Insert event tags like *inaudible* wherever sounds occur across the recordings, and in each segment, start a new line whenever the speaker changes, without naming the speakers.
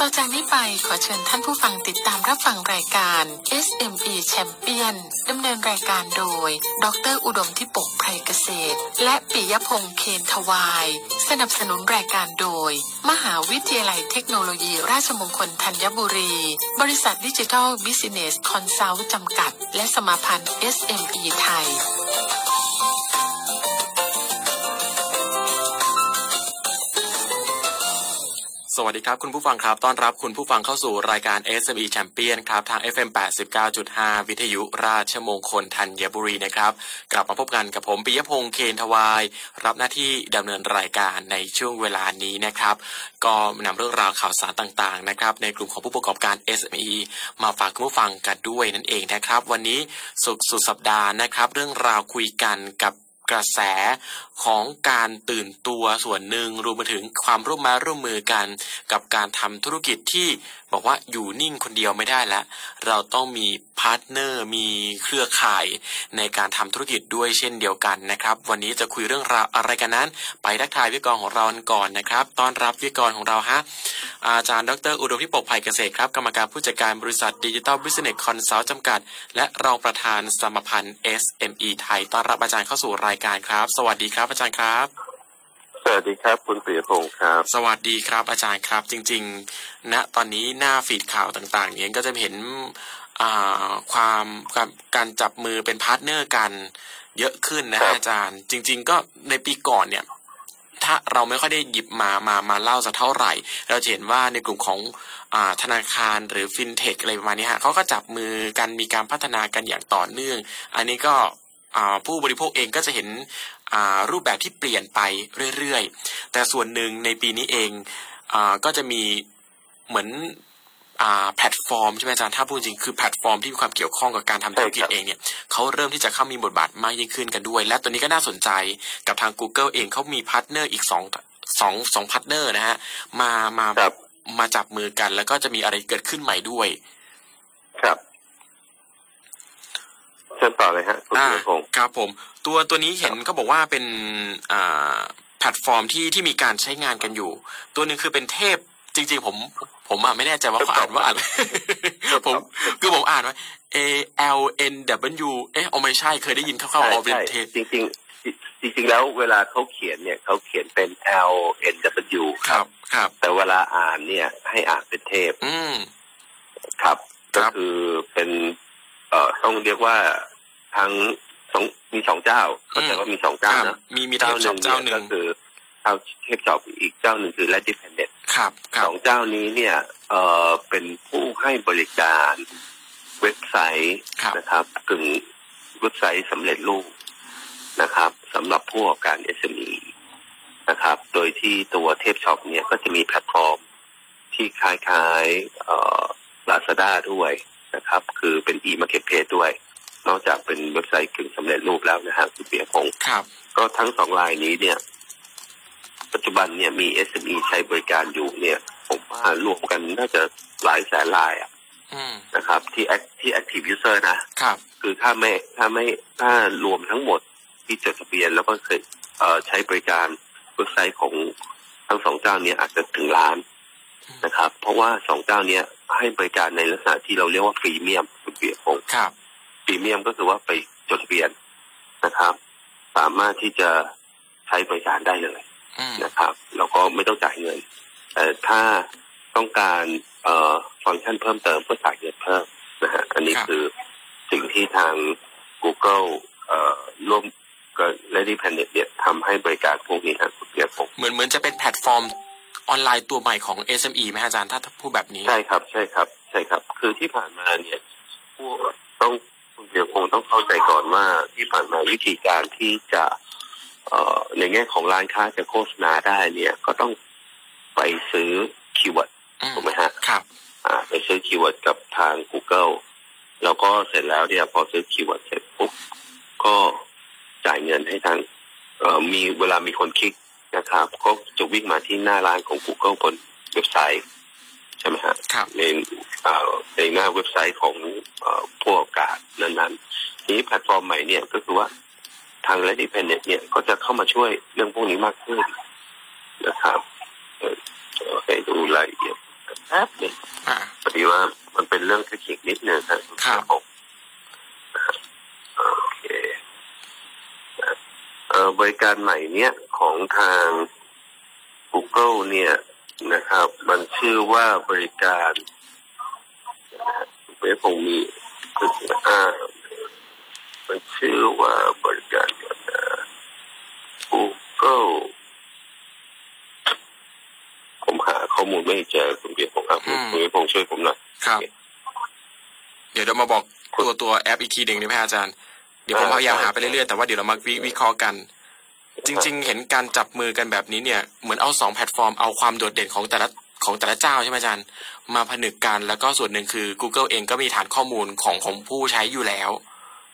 ต่อจากนี้ไปขอเชิญท่านผู้ฟังติดตามรับฟังรายการ SME Champion ดำเนินรายการโดย ดรอุดมทิปกไพรเกษตร และปิยพงษ์เคนทวาย สนับสนุนรายการโดย มหาวิทยาลัยเทคโนโลยีราชมงคลธัญบุรี บริษัทดิจิทัลบิสเนสคอนซัลท์จำกัด และสมาพันธ์ SME ไทย
สวัสดีครับ คุณผู้ฟังครับ ต้อนรับคุณผู้ฟังเข้าสู่รายการ SME Champion ครับ ทาง FM 89.5 วิทยุราชมงคลธัญบุรีนะครับ กลับมาพบกันกับผมปิยพงษ์เคนทวาย รับหน้าที่ดำเนินรายการในช่วงเวลานี้นะครับ ก็นำเรื่องราวข่าวสารต่างๆนะครับ ในกลุ่มของผู้ประกอบการ SME มาฝากคุณผู้ฟังกันด้วยนั่นเองนะครับ วันนี้สุดสุดสัปดาห์นะครับ เรื่องราวคุยกันกับ กระแสของการตื่นตัวส่วนหนึ่งรวมไปถึงความร่วมมาร่วมมือกัน กับการทำธุรกิจที่บอกว่าอยู่นิ่งคนเดียวไม่ได้แล้ว เราต้องมีพาร์ทเนอร์มีเครือข่ายในการทำธุรกิจด้วยเช่นเดียวกันนะครับ วันนี้จะคุยเรื่องราวอะไรกันนั้น ไปทักทายวิกรของเรากันก่อนนะครับต้อนรับวิกรของเราฮะอาจารย์ดรอุดมพิปกภัยเกษตรครับกรรมการผู้จัดการบริษัทดิจิ t a ลบิสเนสคอนซัลท์จำกัด และรองประธานสมาพันธ์ SME ไทยต้อนรับอาจารย์เข้าสู่รายการครับ สวัสดีครับอาจารย์ครับ
สวัสดีครับ คุณปิยพงศ์ครับ
สวัสดีครับอาจารย์ครับจริงๆณตอนนี้หน้าฟีดข่าวต่างๆ เนี่ยก็จะเห็นอ่าความความการจับมือเป็นพาร์ทเนอร์กันเยอะขึ้นนะ
ค
ฮะ
รับ
อาจารย์ จริง ๆ ก็ในปีก่อนเนี่ย ถ้าเราไม่ค่อยได้หยิบมามามาเล่าสักเท่าไหร่ เราจะเห็นว่าในกลุ่มของอ่าธนาคารหรือฟินเทคอะไรประมาณนี้ฮะเขาก็จับมือกันมีการพัฒนากันอย่างต่อเนื่อง อันนี้ก็อ่าผู้บริโภคเองก็จะเห็นอ่ารูปแบบที่เปลี่ยนไปเรื่อยๆ แต่ส่วนหนึ่งในปีนี้เองอาก็จะมีเหมือนอาแพลตฟอร์มใช่ไหมอาจารย์ถ้าพูดจริงคือแพลตฟอร์มที่มีความเกี่ยวข้องกับการทำธุรกิจ
ใช่ครับ
เองเนี่ยเขาเริ่มที่จะเข้ามีบทบาทมากยิ่งขึ้นกันด้วย และตัวนี้ก็น่าสนใจกับทาง Google เองเขามีพาร์ทเนอร์อีกสองสองสองพาร์ทเนอร์นะฮะมามา
ครับ
มาจับมือกัน แล้วก็จะมีอะไรเกิดขึ้นใหม่ด้วย
ครับเชิญต่อเลยฮะคุณ
อ่า
ปิยพงศ์
ครับผมตัวตัวนี้เห็นเขาบอกว่าเป็นอ่าแพลตฟอร์มที่ที่มีการใช้งานกันอยู่ ตัวหนึ่งคือเป็นเทพจริง ๆ ผม ผมอ่ะไม่แน่ใจว่าเขาอ่านว่าอะไร *laughs* ผมคือผมอ่านว่า A L N W เอ๊ะเอาไม่ใช่เคยได้ยินคร่าวๆเอาเป็นเทพ
จริงๆจริงๆแล้วเวลาเขาเขียนเนี่ยเขาเขียนเป็น L N W
ครับครับ
แต่เวลาอ่านเนี่ย ให้อ่านเป็นเทพ
อืม
ครับ
ครั
ก็
บ
คือเป็น เอ่อต้องเรียกว่าทั้งสองมีสองเจ้าเข้าใจว่ามีสอง
ค
เจ้า
รับ
นะ
มีมีเทพช็อปเจ้าหนึ่
ก็
ง
คือเจ้าเทพจอบอีกเจ้าหนึ่งคือ l a d i p e n d e n t
ครับค
ส
รับ
องเจ้านี้เนี่ยเอ่อเป็นผู้ให้บริการเว็บไซต์
ครับ
นะครับกึ่งเว็บไซต์สำเร็จรูปนะครับสำหรับผู้ประกอบการ SME นะครับ โดยที่ตัวเทพช็อปเนี่ยก็จะมีแพลตฟอร์มที่คล้ายๆเอ่อ Lazada ด้วยนะครับ คือเป็น e-marketplace ด้วย นอกจากเป็นเว็บไซต์กึ่งสำเร็จรูปแล้วนะครับคุณเปียพงษ์
ครับ
ก็ทั้งสองรายนี้เนี่ย ปัจจุบันเนี่ยมี SME ใช้บริการอยู่เนี่ย ผมว่ารวมกันน่าจะหลายแสนรายอะ
อืม
นะครับ ที่ act- ที่ active user นะ
ครับ
คือถ้าไม่ถ้าไม่ถ้ารวมทั้งหมดที่จดทะเบียนแล้วก็เคยเอ่อใช้บริการเว็บไซต์ของทั้งสองเจ้าเนี้อาจจะถึงล้านนะครับ เพราะว่าสองเจ้าเนี้ให้บริการในลักษณะที่เราเรียกว่าฟรีเมียมคุณเปียพงษ์
ครับ
พรีเมียมก็คือว่าไปจดทะเบียนนะครับ สามารถที่จะใช้บริการได้เลย
อืม
นะครับแล้วก็ไม่ต้องจ่ายเงินแต่ถ้าต้องการเอ่อฟังก์ชันเพิ่มเติมก็จ่ายเงินเพิ่มนะฮะอันนี้คือสิ่งที่ทาง Google เอ่อร่วมกับเลดี้แพนเน็ตเนี่ยทำให้บริการพวกนี้ครับคุณเปียกผม
เหมือนเหมือนจะเป็นแพลตฟอร์มออนไลน์ตัวใหม่ของ SME ไหมฮะอาจารย์ถ้าถ้าพูดแบบนี้
ใช่ครับ ใช่ครับ ใช่ครับ คือที่ผ่านมาเนี่ยผู้ต้องคุณเปียกคงต้องเข้าใจก่อนว่าที่ผ่านมาวิธีการที่จะ เอ่อในแง่ของร้านค้าจะโฆษณาได้เนี่ยก็ต้องไปซื้อคีย์เวิร์ด
อืม
ถูกไหมฮะ
ครับ
อ่าไปซื้อคีย์เวิร์ดกับทาง Google แล้วก็เสร็จแล้วเนี่ยพอซื้อคีย์เวิร์ดเสร็จปุ๊บก็จ่ายเงินให้ทางเอ่อมีเวลามีคนคลิกนะครับ ก็จะวิ่งมาที่หน้าร้านของ Google บนเว็บไซต์ใช่ไหมฮะ
ครับ
ในเอ่อในหน้าเว็บไซต์ของเอ่อผู้ประกาศนั้นๆทีนี้แพลตฟอร์มใหม่เนี่ยก็คือว่าทาง Red Independent เนี่ยก็จะเข้ามาช่วยเรื่องพวกนี้มากขึ้นนะครับเอ่อเอ่อให้ดูรายละเอียด แป๊บหนึง
อ่า
พอดีว่ามันเป็นเรื่องเทคนิคนิดนึงครับ
ครับ
ผมโอเคเอ่อบริการใหม่เนี้ยของทาง Google เนี่ยนะครับ มันชื่อว่าบริการเว็บผมมีอ่ามันชื่อว่าบริการอ่า Google ผมหาข้อมูลไม่เจอคุณเบียร์ผมครับ
อืม
คุณเบียร์พงษ์ช่วยผมหน่อย
ครับ เดี๋ยวเรามาบอกตัวตัวแอปอีกทีหนึ่งได้ไหมฮะอาจารย์ เดี๋ยวผม
ได้
พยายามหาไป
ได้
เรื่อยๆแต่ว่าเดี๋ยวเรามาวิวิเคราะห์กัน จริง ๆ เห็นการจับมือกันแบบนี้เนี่ยเหมือนเอาสองแพลตฟอร์มเอาความโดดเด่นของแต่ละของแต่ละเจ้าใช่ไหมอาจารย์ มาผนึกกันแล้วก็ส่วนหนึ่งคือ Google เองก็มีฐานข้อมูลของของผู้ใช้อยู่แล้ว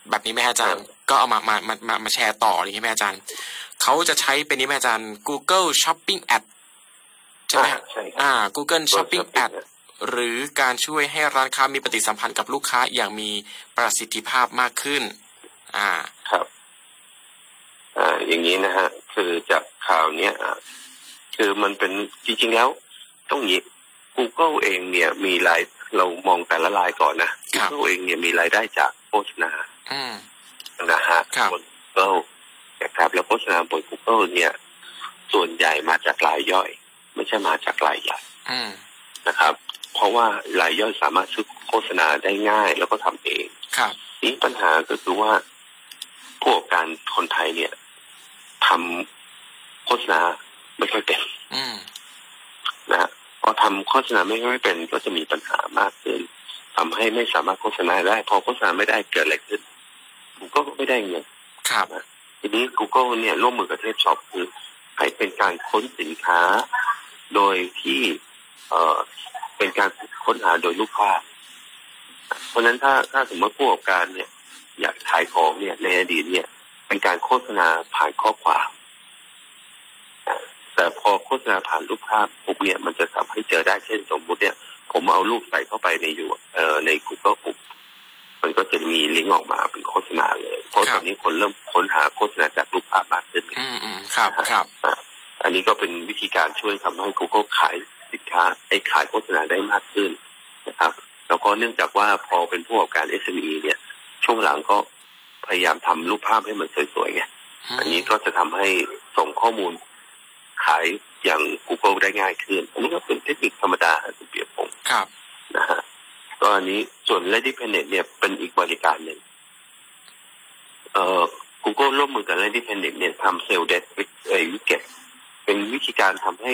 แบบนี้ไหมฮะอาจารย์ ก็เอามามามามามาแชร์ต่ออย่างนี้ไหมอาจารย์เขาจะใช้เป็นนี้ไหมอาจารย์ Google Shopping App ใช่ไหมฮะ
อ่าใช่ครับ
อ่า Google Shopping App หรือการช่วยให้ร้านค้ามีปฏิสัมพันธ์กับลูกค้าอย่างมีประสิทธิภาพมากขึ้น อ่า
ครับอ่าอย่างนี้นะฮะ คือจากข่าวเนี้ยอ่ะคือมันเป็นจริงๆแล้ว ต้องอย่างนี้ Google เองเนี่ยมีรายเรามองแต่ละรายก่อนนะ
ครับ
Google เองเนี่ยมีรายได้จากโฆษณา
อืม
นะฮะ
ครับ
น Google นะครับแล้วโฆษณาบน Google เนี่ย ส่วนใหญ่มาจากรายย่อย ไม่ใช่มาจากรายใหญ่
อืม
นะครับ เพราะว่ารายย่อยสามารถซื้อโฆษณาได้ง่าย แล้วก็ทำเอง
ครับ
นี่ปัญหาก็คือว่าผู้ประกอบการคนไทยเนี่ยทำโฆษณาไม่ค่อยเป็น
อืม
นะฮะพอทำโฆษณาไม่ค่อยเป็น ก็จะมีปัญหามากขึ้นทำให้ไม่สามารถโฆษณาได้ พอโฆษณาไม่ได้เกิดอะไรขึ้นกูก็ไม่ได้เงิน
ครับ
ทีนี้ Google เนี่ยร่วมมือกับเทพช็อปคือให้เป็นการค้นสินค้า โดยที่ เอ่อเป็นการค้นหาโดยรูปภาพ เพราะฉะนั้นถ้าถ้าสมมติผู้ประกอบการเนี่ย อยากขายของเนี่ย ในอดีตเนี่ย เป็นการโฆษณาผ่านข้อความอ่าแต่พอโฆษณาผ่านรูปภาพปุ๊บเนี่ยมันจะทำให้เจอได้เช่นสมมุติเนี่ย ผมเอารูปใส่เข้าไปในอยู่เอ่อใน Google ปุ๊บมันก็จะมีลิงก์ออกมาเป็นโฆษณาเลย เพราะ
ครั
ต
บ
อนนี้คนเริ่มค้นหาโฆษณาจากรูปภาพมากขึ้น
อืมอืมครับ ครับ
อันนี้ก็เป็นวิธีการช่วยทำให้ Google ขายสินค้าไอ้ขายโฆษณาได้มากขึ้นนะครับ แล้วก็เนื่องจากว่าพอเป็นผู้ประกอบการ SME เนี่ย ช่วงหลังก็พยายามทำรูปภาพให้มันสวยๆไงอันนี้ก็จะทำให้ส่งข้อมูลขายอย่าง Google ได้ง่ายขึ้น อันนี้ก็เป็นเทคนิคธรรมดาคุณเปียกผม
ครับ
นะฮะก็อันนี้ส่วน Lady Planet เนี่ยเป็นอีกบริการหนึ่งเอ่อ Google ร่วมมือกับ Lady Planet เนี่ยทำเซลล์เดสเอ่ยวิกเก็ตเป็นวิธีการทำให้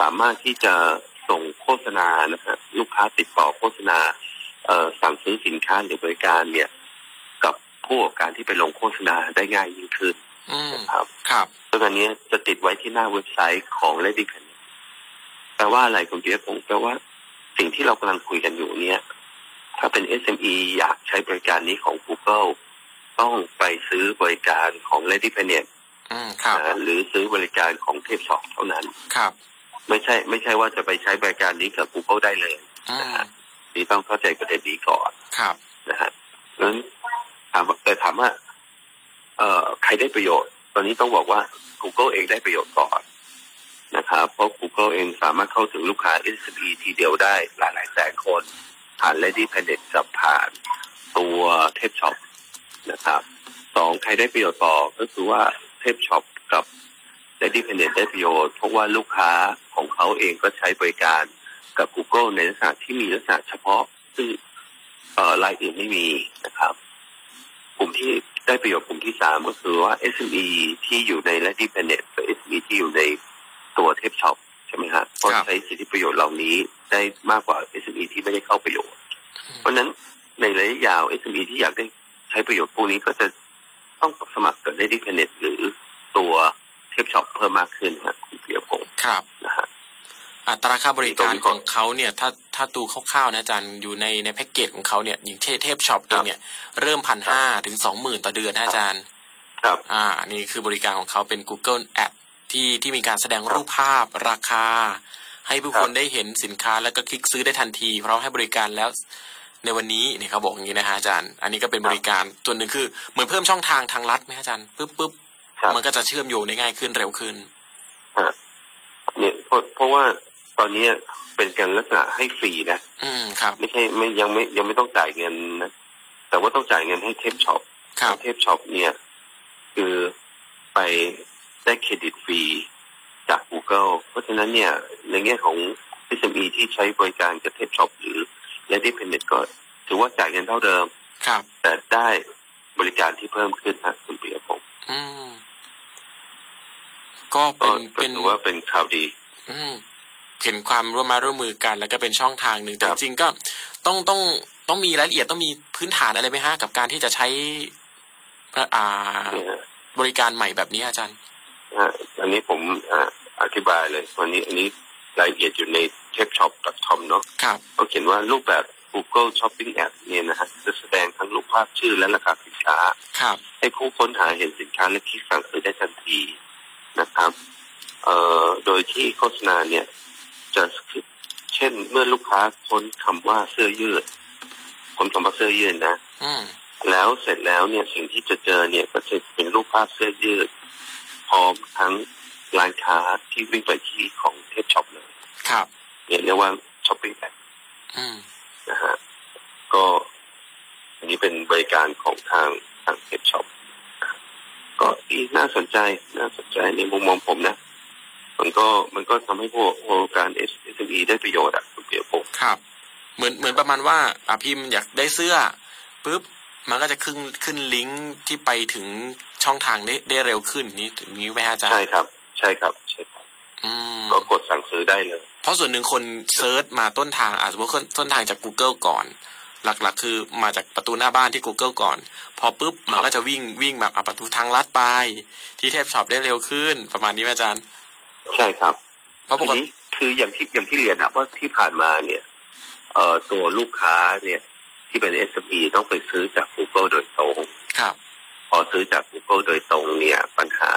สามารถที่จะส่งโฆษณานะฮะลูกค้าติดต่อโฆษณา เอ่อสั่งซื้อสินค้าหรือบริการเนี่ย กับผู้ประกอบการที่ไปลงโฆษณาได้ง่ายยิ่งขึ้น
อืม
ครับ
ครับ
ซึ่งอันเนี้ยจะติดไว้ที่หน้าเว็บไซต์ของ Lady p a n e t แปลว่าอะไรคุณเบียร์ผมแปลว่าสิ่งที่เรากำลังคุยกันอยู่เนี่ย ถ้าเป็น SME อยากใช้บริการนี้ของ Google ต้องไปซื้อบริการของ Lady p a n e t
อืม ครับ
นะหรือซื้อบริการของเทพสองเท่านั้น
ครับ
ไม่ใช่ ไม่ใช่ว่าจะไปใช้บริการนี้กับ Google ได้เลย
อืม
นี่ต้องเข้าใจประเด็นนี้ก่อน
ครับ
นะฮะนั้นถามว่าแต่ถามว่า เอ่อ ใครได้ประโยชน์ ตอนนี้ต้องบอกว่า Google เองได้ประโยชน์ก่อนนะครับ เพราะ Google เองสามารถเข้าถึงลูกค้า SME ทีเดียวได้หลายหลายๆแสนคน ผ่าน Lady Planet กับผ่านตัวเทปช็อปนะครับ สองใครได้ประโยชน์ต่อก็คือว่าเทปช็อปกับ Lady Planet ได้ประโยชน์ เพราะว่าลูกค้าของเขาเองก็ใช้บริการกับ Google ในลักษณะที่มีลักษณะเฉพาะ ซึ่ง เอ่อรายอื่นไม่มีนะครับ กลุ่มที่ได้ประโยชน์กลุ่มที่สามก็คือว่า SME ที่อยู่ในและที่เป็นเน็ตกับ SME ที่อยู่ในตัวเทปช็อปใช่ไหมครับเพราะ
ครับ
ใช้สิทธิประโยชน์เหล่านี้ได้มากกว่า SME ที่ไม่ได้เข้าประโยชน์ เพราะฉะนั้นในระยะยาว SME ที่อยากได้ใช้ประโยชน์พวกนี้ก็จะต้องสมัครกับ Lady Planet หรือตัวเทปช็อปเพิ่มมากขึ้นครับคุณเพียรพงศ์
ครับ
นะฮะ
อัตราค่าบริการของเขาเนี่ย ถ้าถ้าดูคร่าวๆนะอาจารย์อยู่ในในแพ็กเกจของเขาเนี่ยอย่างเทเทพช็อปเองเนี่ย เริ่มพันห้าถึงสองหมื่นต่อเดือนนะอาจารย์
ครับ
อ่า นี่คือบริการของเขาเป็น Google Ad ที่ที่มีการแสดงรูปภาพราคา ให้ผู้
ครั
ค
บ
นได้เห็นสินค้าแล้วก็คลิกซื้อได้ทันทีเพราะให้บริการแล้วในวันนี้เนี่ยเขาบอกอย่างนี้นะฮะอาจารย์ อันนี้ก็เป็นบริการส่วนหนึ่งคือเหมือนเพิ่มช่องทางทางลัดไหมฮะอาจารย์ปึ๊บปึ๊บ
ครับ
มันก็จะเชื่อมโยงได้ง่ายขึ้นเร็วขึ้น
เนี่ยเพราะเพราะว่า ตอนนี้เป็นการลักษณะให้ฟรีนะ
อืมครับ
ไม่ใช่ไม่ยังไม่ยังไม่ต้องจ่ายเงินนะแต่ว่าต้องจ่ายเงินให้เทปช็อป
ครับ
เทปช็อปเนี่ย คือไปได้เครดิตฟรีจาก Google เพราะฉะนั้นเนี่ย ในแง่ของ SME ที่ใช้บริการกับเทปช็อปหรือและดิเพนเน็ตก็ถือว่าจ่ายเงินเท่าเดิม
ครับ
แต่ได้บริการที่เพิ่มขึ้นนะคุณปียพงศ์
อืม ก็
ก็
เป็นเป็น
ก็ถือว่าเป็นข่าวดี
อืมเห็นความร่วมไมาร่วมมือกัน แล้วก็เป็นช่องทางหนึ่งแต่
ครับ
จริงๆก็ต้องต้องต้องมีรายละเอียดต้องมีพื้นฐานอะไรไหมฮะกับการที่จะใช้เอ่ออ่า
นะฮะ
บริการใหม่แบบนี้อาจารย์
ฮะอันนี้ผมอ่าอธิบายเลยวันนี้อันนี้รายละเอียดอยู่ใน tapshop.com เนาะ
ครับ
เขาเขียนว่ารูปแบบ Google Shopping App เนี่ยนะฮะจะแสดงทั้งรูปภาพชื่อและราคาสินค้า
ครับ
ให้ผู้ค้นหาเห็นสินค้าและคลิกสั่งซื้อได้ทันทีนะครับเอ่อโดยที่โฆษณาเนี่ย จะเช่นเมื่อลูกค้าค้นคำว่าเสื้อยืดค้นคำว่าเสื้อยืดนะ
อืม
แล้วเสร็จแล้วเนี่ยสิ่งที่จะเจอเนี่ยก็จะเป็นรูปภาพเสื้อยืดพร้อมทั้งร้านค้าที่วิ่งไปที่ของเทปช็อปเลย
ครับ
เนี่ยเรียกว่าช้อปปิ้งแอป
อืม
นะฮะก็อันนี้เป็นบริการของทางทางเทปช็อปก็อีน่าสนใจน่าสนใจในมุมมองผมนะ มันก็มันก็ทำให้พวกโครงการเอสเอมีได้ประโยชน์อะคุณเปียพงศ์
ครับ เหมือนเหมือนประมาณว่าอ่ะพิมพ์อยากได้เสื้อปุ๊บมันก็จะขึ้นขึ้นลิงก์ที่ไปถึงช่องทางได้ได้เร็วขึ้นนี้ถึงนี้ไหมฮะอาจารย์
ใช่ครับ ใช่ครับใช่ครับ
อืม
ก็กดสั่งซื้อได้เลย
เพราะส่วนหนึ่งคนเซิร์ชมาต้นทางอาจจะว่าต้นทางจาก Google ก่อน หลักๆ คือมาจากประตูหน้าบ้านที่ Google ก่อน พอปุ๊บมันก็จะวิ่งวิ่งแบบอ่ะประตูทางลัดไป ที่เทพช็อปได้เร็วขึ้น ประมาณนี้ไหมอาจารย์
ใช่ครับ
เพราะป
ที
กติ
นี้คืออย่างที่อย่างที่เรียนนะว่าที่ผ่านมาเนี่ยเอ่อตัวลูกค้าเนี่ย ที่เป็น SME ต้องไปซื้อจาก Google โดยตรง
ครับ
พอซื้อจาก Google โดยตรงเนี่ย ปัญหา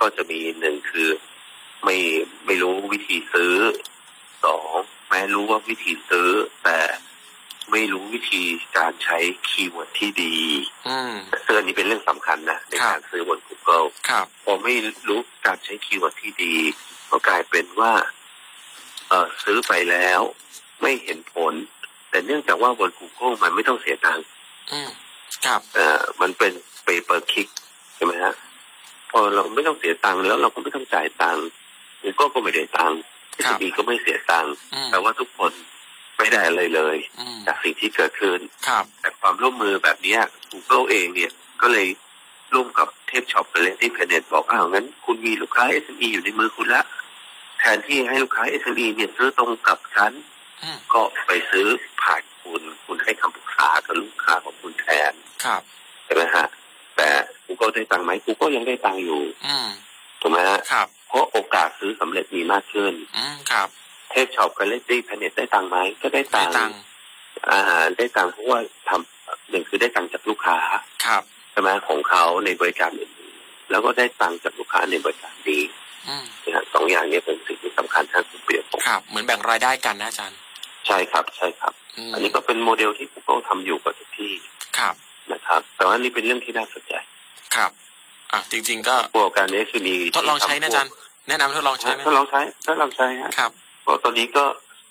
ก็จะมีหนึ่งคือไม่ไม่รู้วิธีซื้อสองแม้รู้ว่าวิธีซื้อ แต่ไม่รู้วิธีการใช้คีย์เวิร์ดที่ดี
อืม
ซึ่งอันนี้เป็นเรื่องสำคัญนะใน
ครับ
การซื้อบน Google
ครับ
พอไม่รู้การใช้คีย์เวิร์ดที่ดี ก็กลายเป็นว่า เออซื้อไปแล้ว ไม่เห็นผล แต่เนื่องจากว่าบน Google มันไม่ต้องเสียตังค์
อืมครับ
เออมันเป็น pay per click ใช่ไหมฮะพอเราไม่ต้องเสียตังค์แล้วเราก็ไม่ต้องจ่ายตังค์ Google ก็ไม่ได้ตังค์
ครับ
SME ก็ไม่เสียตังค์
อืม
แต่ว่าทุกคนไม่ได้อะไรเลย
อืม
จากสิ่งที่เกิดขึ้น
ครับ
แต่ความร่วมมือแบบเนี้ย Google เองเนี่ยก็เลยร่วมกับเทพช็อปกับเลนที่เพเนตบอกอ้าวงั้นคุณมีลูกค้า SME อยู่ในมือคุณละ แทนที่ให้ลูกค้า SME เนี่ยซื้อตรงกับฉัน
อืม
ก็ไปซื้อผ่านคุณคุณให้คำปรึกษากับลูกค้าของคุณแทน
ครับ
ใช่ไหมฮะ แต่ Google ได้ตังค์ไหม Google ยังได้ตังค์อยู่
อืม
ถูกไหมฮะ
ครับ
เพราะโอกาสซื้อสำเร็จมีมากขึ้น
อืมครับ
เทพช็อปกับเลนที่เพเนตได้ตังค์ไหมก็ได้
ได้
ตังค์
ตังค์
อ่าได้ตังค์เพราะว่าทำหนึ่งคือได้ตังค์จากลูกค้า
ครับ
ใช่ไหมของเขาในบริการอื่นๆแล้วก็ได้ตังค์จากลูกค้าในบริการดี
อืม
นะฮะสองอย่างนี้เป็นสิ่งที่สำคัญทางคุณเปรียบผม
ครับ เหมือนแบ่งรายได้กันนะอาจารย์
ใช่ครับ ใช่ครับ
อืม
อันนี้ก็เป็นโมเดลที่ Google ทำอยู่กับทุกที่
ครับ
นะครับ แต่ว่านี่เป็นเรื่องที่น่าสนใจ
ครับอ่ะจริง ๆ ก็
พวกการเอสมี
ทดลองใช้นะอาจารย์แนะนำให้ทดลองใช้ไหม
ทดลองใช้ทดลองใช้ฮะ
ครับ
เพราะตอนนี้ก็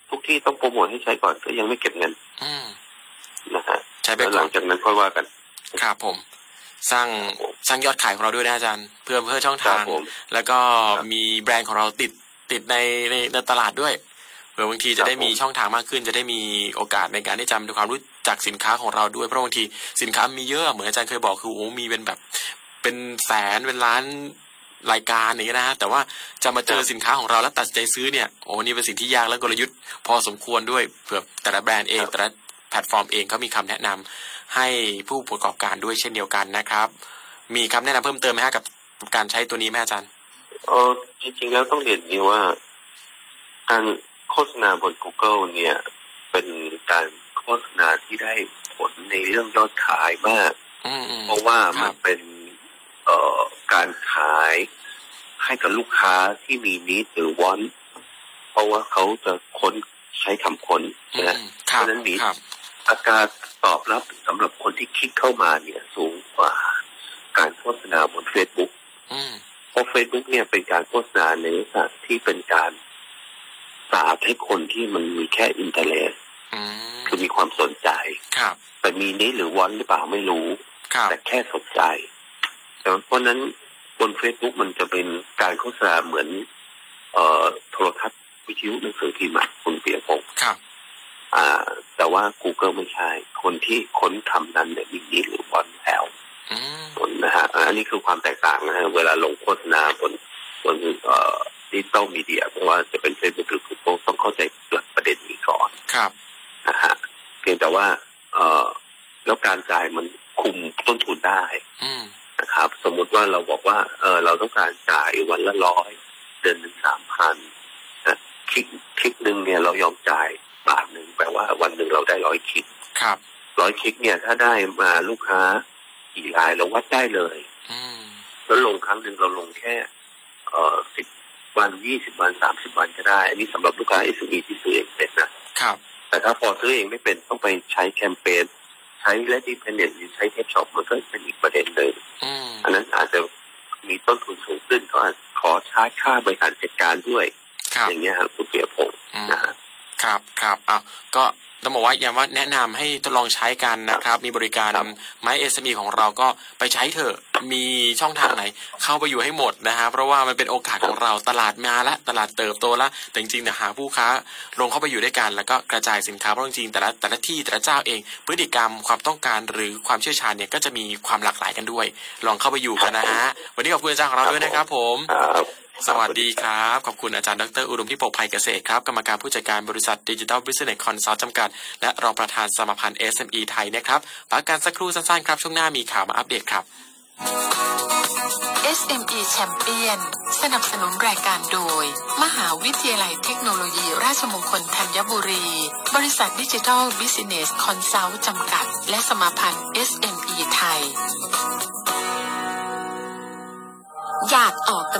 ทุกที่ต้องโปรโมทให้ใช้ก่อนก็ยังไม่เก็บเงิน
อืม
นะฮะ
ใช้ไป
แล้วห
ก่
ลั
อง น
จากนั้นค่อยว่ากัน
ครับผม สร้างสร้างยอดขายของเราด้วยนะอาจารย์ เพื่อเพื่อช่องทา
ครั
ง
บผม
แล้วก็
ครับ
มีแบรนด์ของเราติดติดในในในตลาดด้วยเผื่อบางที
ครั
จะ
บ
ได้มี
ผม
ช่องทางมากขึ้น จะได้มีโอกาสในการที่จำด้วยความรู้จักสินค้าของเราด้วยเพราะบางทีสินค้ามีเยอะเหมือนอาจารย์เคยบอกคือโอ้มีเป็นแบบ เป็นแสนเป็นล้านรายการอย่างเงี้ยนะฮะแต่ว่าจะมาเจอ
ครับ
สินค้าของเราแล้วตัดสินใจซื้อเนี่ยโอ้นี่เป็นสิ่งที่ยากและกลยุทธ์ พอสมควรด้วยเผื่อแต่ละแบรนด์เองแต่ละแพลตฟอร์มเองก็มีคำแนะนำให้ผู้ประกอบการด้วยเช่นเดียวกันนะครับ มีคำแนะนำเพิ่มเติมไหมฮะกับการใช้ตัวนี้ไหมอาจารย์
เออจริงๆแล้วต้องเรียนอย่างนี้ว่า การโฆษณาบน Google เนี่ย เป็นการโฆษณาที่ได้ผลในเรื่องยอดขายมาก
อืมอืม
เพราะว่า
ครั
มัน
บ
เป็นเอ่อการขายให้กับลูกค้าที่มีนิดหรือวอนเพราะว่าเขาจะค้นใช้คำค้น
อืมครั
นะ
บ
เพราะฉะนั้นมี
ครับ
อาการตอบรับสำหรับคนที่คลิกเข้ามาเนี่ย สูงกว่าการโฆษณาบน Facebook
อืม
เพราะ Facebook เนี่ยเป็นการโฆษณาในลักษณะที่เป็นการ ศาสตร์ให้คนที่มันมีแค่อินเทเลส
อืม
คือมีความสนใจ
ครับ
แต่มีนี้หรือวอนหรือเปล่าไม่รู้
ครับ
แต่แค่สนใจแต่เพราะฉะนั้นบน Facebook มันจะเป็นการโฆษณาเหมือน เอ่อโทรทัศน์วิทยุหนังสือพิมพ์อะคุณเปียพงศ์
ครับ
อ่า แต่ว่า Google ไม่ใช่ คนที่ค้นคำนั้นเนี่ยมีนี้หรือวอนแล้ว
อืม
ผลนะฮะอันนี้คือความแตกต่างนะฮะเวลาลงโฆษณาบนบนเอ่อดิจิตอลมีเดียเพราะว่าจะเป็นเฟซบุ๊กหรือกูเกิลต้องเข้าใจหลักประเด็นนี้ก่อน
ครับ
นะฮะเพียงแต่ว่าเอ่อแล้วการจ่ายมันคุมต้นทุนได้
อืม
นะครับ สมมุติว่าเราบอกว่าเออเราต้องการจ่ายวันละร้อยเดือนหนึ่งสามพันนะคลิกคลิกหนึ่งเนี่ยเรายอมจ่ายบาทหนึ่งแปลว่าวันหนึ่งเราได้ร้อยคลิก
ครับ
ร้อยคลิกเนี่ยถ้าได้มาลูกค้ากี่รายเราวัดได้เลย
อืม
แล้วลงครั้งหนึ่งเราลงแค่ เอ่อสิบวันยี่สิบวันสามสิบวันก็ได้ อันนี้สำหรับลูกค้า SME ที่ซื้อเองเป็นนะ
ครับ
แต่ถ้าพอซื้อเองไม่เป็นต้องไปใช้แคมเปญใช้และดิพเนนหรือใช้เทปช็อปมันก็เป็นอีกประเด็นหนึ่ง
อืม
อันนั้นอาจจะมีต้นทุนสูงขึ้นก็อาจขอชาร์จค่าบริหารจัดการด้วย
ครับ
อย่างเงี้ยครับคุณเปียพงศ์
อืม
นะฮะ
ครับครับอ้าวก็ต้องบอกว่าย้ำว่าแนะนำให้ทดลองใช้กันนะครับ มีบริการ
ครับ
ไม้เอสมีของเราก็ไปใช้เถอะ มีช่องทางไหน เข้าไปอยู่ให้หมดนะฮะ เพราะว่ามันเป็นโอกาสของเราตลาดมาละตลาดเติบโตละแต่จริงๆเนี่ยหาผู้ค้าลงเข้าไปอยู่ด้วยกันแล้วก็กระจายสินค้าเพราะจริงๆแต่ละแต่ละที่แต่ละเจ้าเอง พฤติกรรมความต้องการหรือความเชี่ยวชาญเนี่ยก็จะมีความหลากหลายกันด้วย ลองเข้าไปอยู่กันนะฮะวันนี้ขอบคุณอาจารย์ของเราด้วยนะครับผม
ครับ
สวัสดีครับ ขอบคุณอาจารย์ดรอุดมพิปกภัยเกษตรครับ กรรมการผู้จัดการบริษัทดิจิทัลบิสเนสคอนซัลท์จำกัด และรองประธานสมาพันธ์ SME ไทยนะครับพักการสักครู่สั้นๆครับ ช่วงหน้ามีข่าวมาอัปเดตครับ
SME Champion สนับสนุนรายการโดย มหาวิทยาลัยเทคโนโลยีราชมงคลธัญบุรี บริษัทดิจิทัลบิสเนสคอนซัลท์จำกัด และสมาพันธ์ SME ไทย อยากออกกำ